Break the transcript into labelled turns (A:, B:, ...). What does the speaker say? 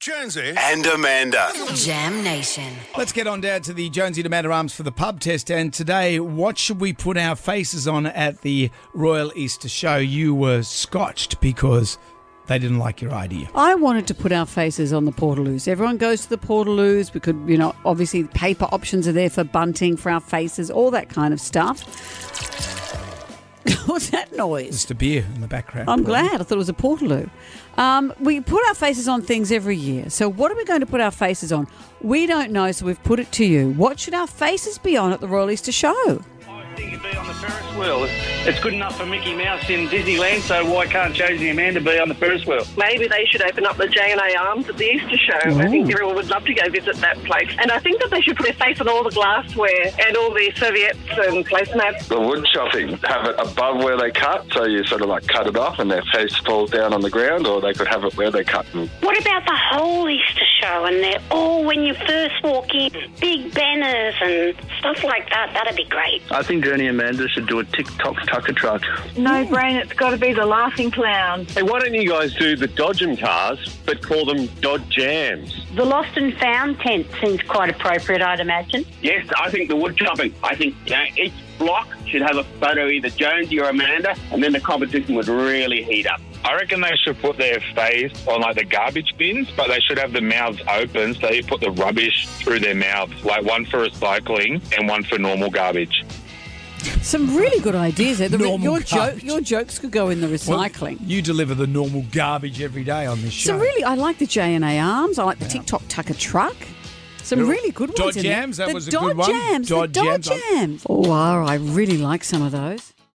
A: Jonesy.
B: and Amanda.
C: Jam Nation.
D: Let's get on down to the Jonesy to Matter Arms for the pub test. And today, what should we put our faces on at the Royal Easter Show? You were scotched because they didn't like your idea.
E: I wanted to put our faces on the Portaloos. Everyone goes to the Portaloos. We could, you know, obviously the paper options are there for bunting, for our faces, all that kind of stuff. What's that noise?
D: Just a beer in the background.
E: I'm glad. I thought it was a Portaloo. Um, we put our faces on things every year. So, what are we going to put our faces on? We don't know, so we've put it to you. What should our faces be on at the Royal Easter Show?
F: I think it'd be on the Ferris wheel. It's- It's good enough for Mickey Mouse in Disneyland, so why can't Josie and Amanda be on the Ferris wheel?
G: Maybe they should open up the J&A Arms at the Easter show. I think everyone would love to go visit that place. And I think that they should put their face on all the glassware and all the serviettes and placemats.
H: the wood chopping, have it above where they cut, so you sort of like cut it off and their face falls down on the ground, or they could have it where they cut. And
I: What about the whole Easter show and they're all when you first walk in, big banners and stuff like that? That'd be great.
F: I think Journey and Amanda should do a TikTok tucker truck.
G: No brain, it's got to be the laughing clown.
J: Hey, why don't you guys do the Dodgem cars, but call them Dodge Jams?
I: The lost and found tent seems quite appropriate, I'd imagine.
F: Yes, I think the wood chopping. I think each block should have a photo either Jonesy or Amanda, and then the competition would really heat up.
J: I reckon they should put their face on like the garbage bins, but they should have the mouths open so you put the rubbish through their mouths, like one for recycling and one for normal garbage.
E: Some really good ideas there. The,
D: Normal
E: your,
D: garbage.
E: joke, your jokes could go in the
D: Well,
E: recycling.
D: you deliver the normal garbage every day on this show.
E: So really, I like the J and A arms. I like the TikTok Tucker truck. Some
D: They're-
E: really good ones.
D: Dodge
E: in there.
D: Jams, that
E: the
D: was a
E: Dodge
D: good one.
E: Jams,
D: Dodge
E: the Dodge
D: Jams,
E: jams. Oh wow, I really like some of those.